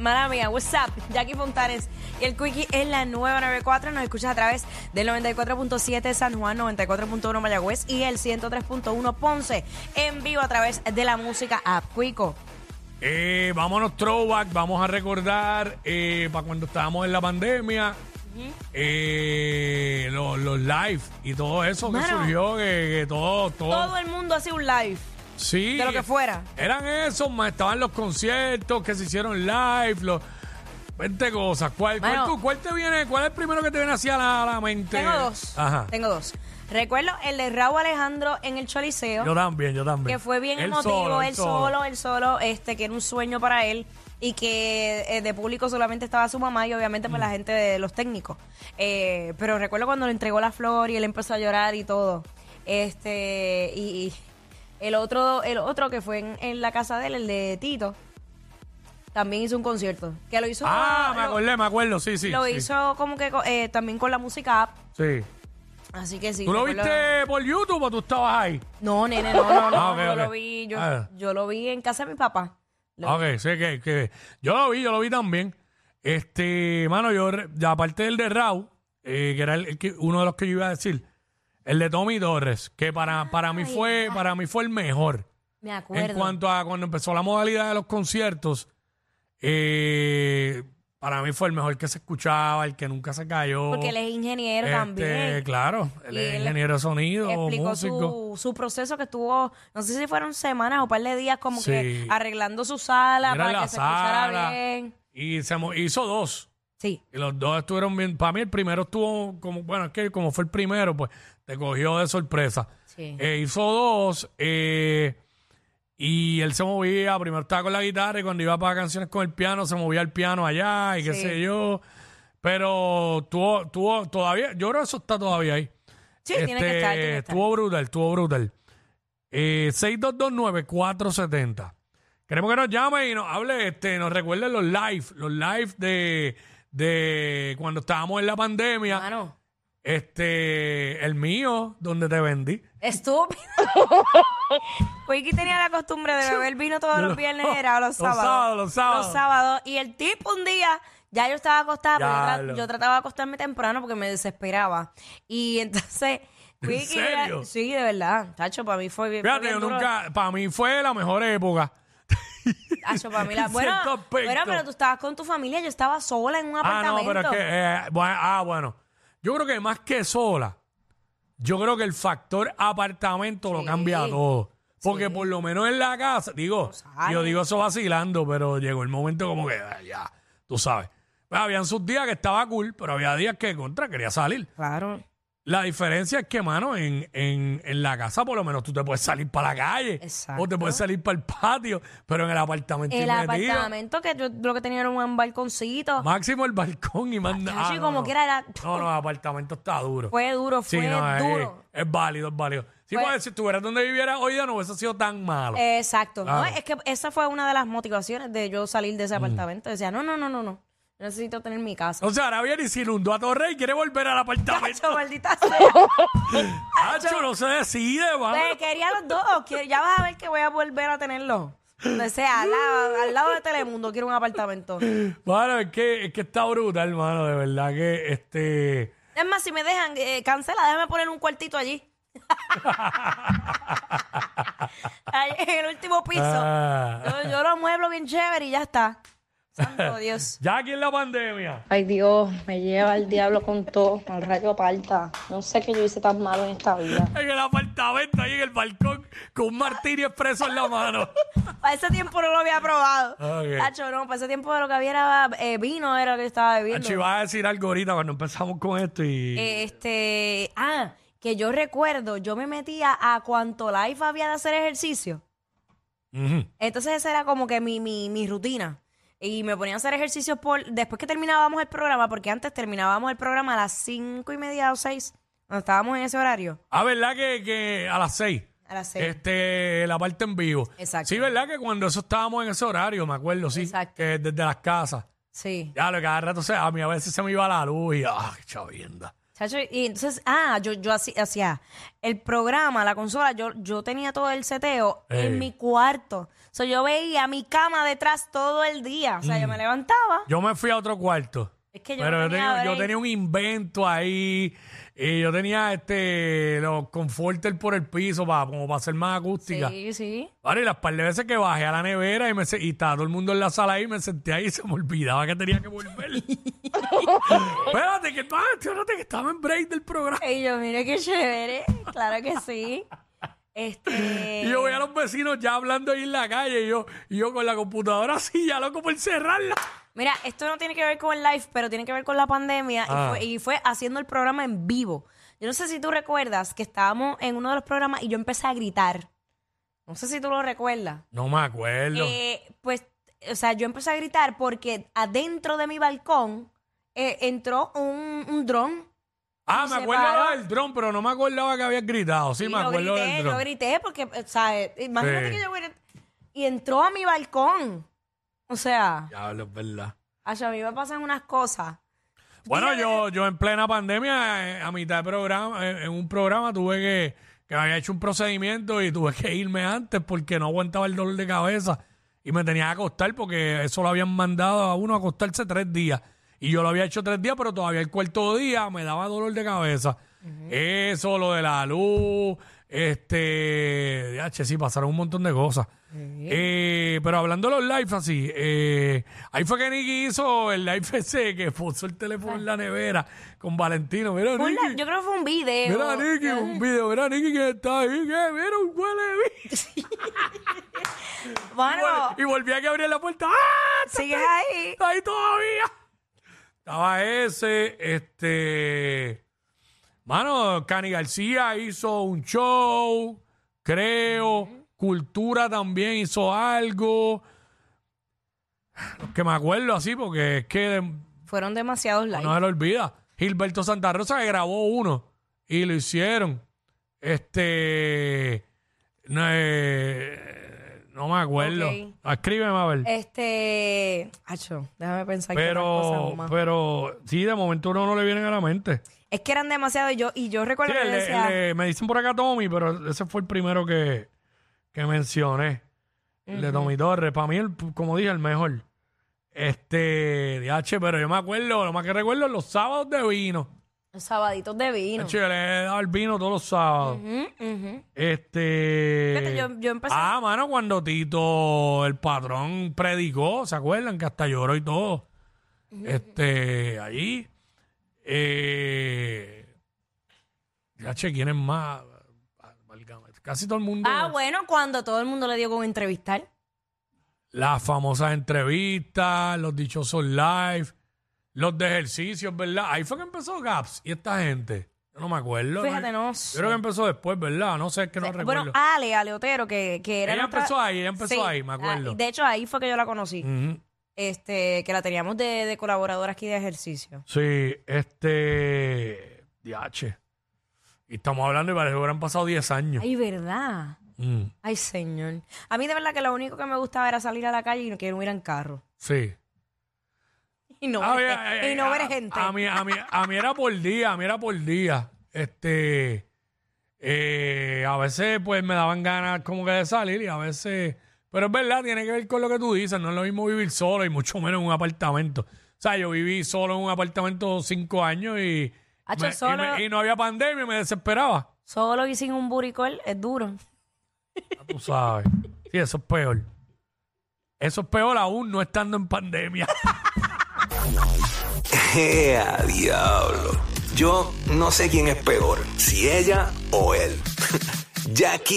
mala mía, WhatsApp, Jackie Fontanes y el Quickie en la 994. Nos escuchas a través del 94.7 San Juan, 94.1 Mayagüez y el 103.1 Ponce en vivo a través de la música app Cuico. Eh, vámonos throwback, vamos a recordar eh, para cuando estábamos en la pandemia, eh, lo- los live y todo eso que Mano. surgió, que, que todo, todo, Todo el mundo hace un live. sí, de lo que fuera. Eran esos, más estaban los conciertos que se hicieron live, los 20 cosas. ¿Cuál, cuál Mano. tú- cuál te viene, cuál es el primero que te viene hacia la, la mente? Tengo dos. Ajá. Tengo dos. Recuerdo el de Raúl Alejandro en el Choliseo. Yo también, yo también. que fue bien Pues, Él emotivo, solo, él él solo, él solo, este, que era un sueño para él y que eh, de público solamente estaba su mamá y obviamente Mm. pues la gente de los técnicos. Eh, pero recuerdo cuando le entregó la flor y él empezó a llorar y todo. Este, y, y el otro, el otro que fue en, en la casa de él, el de Tito, también hizo un concierto. Que lo hizo Ah, me lo- acordé, me acuerdo, sí, sí. lo sí. hizo como que co- eh, también con la música app. Sí. Así que sí. ¿Tú lo recuerdo- viste por YouTube o tú estabas ahí? No, nene, no, no, no. Ah, ok, yo ok. lo vi, yo, Ah. yo lo vi en casa de mi papá. Lo- Ok, sí, que, que yo lo vi, yo lo vi también. Este, mano, yo, re- ya aparte del de Raúl, eh, que era el, el que- uno de los que yo iba a decir, el de Tommy Torres, que para, para mí fue, para mí fue el mejor. Me acuerdo. En cuanto a cuando empezó la modalidad de los conciertos, eh, para mí fue el mejor que se escuchaba, el que nunca se cayó. porque él es ingeniero Este, también. Claro, él Y es él ingeniero de sonido, Explicó músico. su, su proceso que estuvo, no sé si fueron semanas o par de días, como Sí. que arreglando su sala Era para la que se escuchara sala. bien. Y se mo- hizo dos. Sí. Y los dos estuvieron bien. Para mí el primero estuvo como, bueno, es que como fue el primero, pues te cogió de sorpresa. Sí. Eh, hizo dos eh, y él se movía, primero estaba con la guitarra y cuando iba para canciones con el piano, se movía el piano allá y qué Sí. sé yo. Pero tuvo, tuvo todavía, yo creo que eso está todavía ahí. Sí, tiene que Este, estar, tiene que estar. Estuvo brutal, estuvo brutal. Eh, 6229-470. Queremos que nos llame y nos hable, este, nos recuerden los live, los live de, de cuando estábamos en la pandemia. Mano, Este, el mío, donde te vendí. estúpido. Wiki tenía la costumbre de beber vino todos los viernes, era los Los sábados. sábados, los sábados. Los sábados. Y el tipo un día, ya yo estaba acostada, pero yo tra- Diablo. yo, trataba de acostarme temprano porque me desesperaba. Y entonces, ¿En Wiki era- serio? sí, de verdad. Tacho, para mí fue bien. fue Fíjate, bien yo duro. nunca, para mí fue la mejor época. Tacho, para mí la- en Bueno, cierto aspecto. bueno, pero tú estabas con tu familia, yo estaba sola en un Ah, no, apartamento. pero es que, eh, bueno, ah, bueno. Yo creo que más que sola, yo creo que el factor apartamento lo Sí. cambia todo. Porque por lo menos en la casa, digo, sale. yo digo eso vacilando, pero llegó el momento como que, ah, ya, tú sabes. Pues, habían sus días que estaba cool, pero había días que contra, quería salir. Claro. La diferencia es que, mano, en, en, en la casa por lo menos tú te puedes salir para la calle Exacto. o te puedes salir para el patio, pero en el apartamento El estoy metido. apartamento que yo lo que tenía era un balconcito. Máximo el balcón y manda. Tacho, ah, y no, como no. quiera era. No, no, el apartamento está duro. Fue duro, sí, fue no, es- duro. Es, válido, es válido. Sí, Fue- Eh. porque si estuvieras donde viviera hoy ya no hubiese sido tan malo. Exacto. No, Claro. es que esa fue una de las motivaciones de yo salir de ese apartamento. Decía, no, no, no, no, no. Yo Necesito tener mi casa. o sea, ahora viene y se inundó a Torre y quiere volver al apartamento. Tacho, maldita sea. Hacho, no se decide, va. Pues, quería los dos. Quiero- Ya vas a ver que voy a volver a tenerlo. Donde sea, al lado, al lado de Telemundo, quiero un apartamento. Bueno, es que, es que está brutal, hermano, de verdad que este. Es más, si me dejan, eh, cancela, déjame poner un cuartito allí. Ahí en el último piso. Ah. Yo, yo lo mueblo bien chévere y ya está. Santo Dios. Ya aquí en la pandemia. Ay Dios, me lleva el diablo con todo, al rayo aparta. No sé qué yo hice tan malo en esta vida. En el apartamento, ahí en el balcón, con un martini expreso en la mano. Para ese tiempo no lo había probado. Ok. Tacho, no, para ese tiempo lo que había era eh, vino, era lo que estaba bebiendo. Hacho, iba a decir algo ahorita cuando empezamos con esto y. Eh, este, ah, que yo recuerdo, yo me metía a cuanto life había de hacer ejercicio. Ujú. Entonces esa era como que mi, mi, mi rutina. Y me ponía a hacer ejercicios por, después que terminábamos el programa, porque antes terminábamos el programa a las cinco y media o seis, cuando estábamos en ese horario, Ah, ¿verdad que, que a las seis? a las seis. Este, la parte en vivo. Exacto. Sí, ¿verdad que cuando eso estábamos en ese horario, me acuerdo, sí? Exacto. Que desde las casas. Sí. Ya, lo que cada rato se, a mí a veces se me iba la luz y, ah, chavienda. Chacho, y entonces, ah, yo, yo hacía, hacía el programa, la consola, yo, yo tenía todo el seteo Ey. en mi cuarto. O sea, yo veía mi cama detrás todo el día. O sea, Mm. yo me levantaba. Yo me fui a otro cuarto. Es que yo pero no yo, tenía tenía, yo break. tenía un invento ahí. Y yo tenía este los conforters por el piso para, como para hacer más acústica. Sí, sí. Ahora, y las par de veces que bajé a la nevera y, me, se- y estaba todo el mundo en la sala ahí, me senté ahí y se me olvidaba que tenía que volver. espérate, que, ah, espérate, que estaba en break del programa. Y yo, mire qué chévere. Claro que sí. Este. Y yo voy a los vecinos ya hablando ahí en la calle y yo, y yo con la computadora así, ya loco por cerrarla. Mira, esto no tiene que ver con el live, pero tiene que ver con la pandemia y Ah. fue- y, fue, haciendo el programa en vivo. Yo no sé si tú recuerdas que estábamos en uno de los programas y yo empecé a gritar. No sé si tú lo recuerdas. No me acuerdo. Eh, pues, o sea, yo empecé a gritar porque adentro de mi balcón eh, entró un, un dron. ah, me se acordaba paró. del dron, pero no me acordaba que habías gritado. Sí, y me yo acuerdo grité, del yo dron. grité porque, o sea, eh, imagínate Sí. que yo grité. Y entró a mi balcón. O sea, Diablo, es verdad. allá a mí me pasan unas cosas. Bueno, yo, yo en plena pandemia, eh, a mitad de programa, eh, en un programa tuve que, que me había hecho un procedimiento y tuve que irme antes porque no aguantaba el dolor de cabeza y me tenía que acostar porque eso lo habían mandado a uno a acostarse tres días. Y yo lo había hecho tres días, pero todavía el cuarto día me daba dolor de cabeza. Eso, lo de la luz, este, ya, che, sí, pasaron un montón de cosas. Eh, pero hablando de los live así, eh, ahí fue que Nicky hizo el live ese que puso el teléfono en la nevera con Valentino. Mira, Fue un la- Nicky, yo creo que fue un video. mira, Nicky, un video, mira, Nicky que está ahí, que mira, un huele Bueno, Y volví a que abrir la puerta. ¡Ah! Está, sigues ahí. está ahí todavía. Estaba ese, este. Mano, Cani García hizo un show, creo. Cultura también hizo algo. Los que me acuerdo así, porque es que no Fueron demasiados likes. se le olvida. Gilberto Santa Rosa que grabó uno y lo hicieron. Este. No, eh, no me acuerdo. Ok. Escríbeme, a ver. Este. Acho, déjame pensar qué otras Pero, pues- cosas más. pero, sí, de momento uno no le vienen a la mente. Es que eran demasiados y yo, y yo Sí, recuerdo que el yo de- decía. el de- me dicen por acá Tommy, pero ese fue el primero que, que mencioné. El de Tommy Torres. Para mí, el- como dije, el mejor. Este, DH, pero yo me acuerdo, lo más que recuerdo es los sábados de vino. los sabaditos de vino. DH, yo le daba el vino todos los sábados. Ujú, ujú. Este. Fíjate, yo- yo empecé- Ah, mano, cuando Tito, el patrón, predicó, ¿se acuerdan? Que hasta lloró y todo. Este, ahí. Eh. Ya che, ¿quién es más? Válgame, Casi todo el mundo. Ah, bueno, cuando todo el mundo le dio con entrevistar. Las famosas entrevistas, los dichosos live, los de ejercicios, ¿verdad? Ahí fue que empezó Gaps y esta gente. Yo no me acuerdo. Fíjate, no Yo sé. creo que empezó después, ¿verdad? No sé, es que no recuerdo. Bueno, Ale, Ale Otero, que, que era. Ella nuestra- empezó ahí, ella empezó Sí, ahí, me acuerdo. Mm. ah, De hecho, ahí fue que yo la conocí. Ujú. Este, que la teníamos de, de colaboradora aquí de ejercicio. Sí, este. DH. Y estamos hablando y parece que hubieran pasado 10 años. Ay, ¿verdad? Mm, Ay, señor. A mí de verdad que lo único que me gustaba era salir a la calle y no quiero ir en carro. sí. Y no, A ver, ver, eh, y no ver a- gente. A mí, a, mí, a mí era por día, a mí era por día. Este. eh, a veces, pues me daban ganas como que de salir y a veces. Pero es verdad, tiene que ver con lo que tú dices. No es lo mismo vivir solo y mucho menos en un apartamento. O sea, yo viví solo en un apartamento cinco años y. Hacho, me- y solo- me- y no había pandemia y me desesperaba. Solo y sin un buricol es duro. Ah, Tú sabes. Sí, eso es peor. Eso es peor aún no estando en pandemia. ¡Ea, diablo! Yo no sé quién es peor, si ella o él. Jackie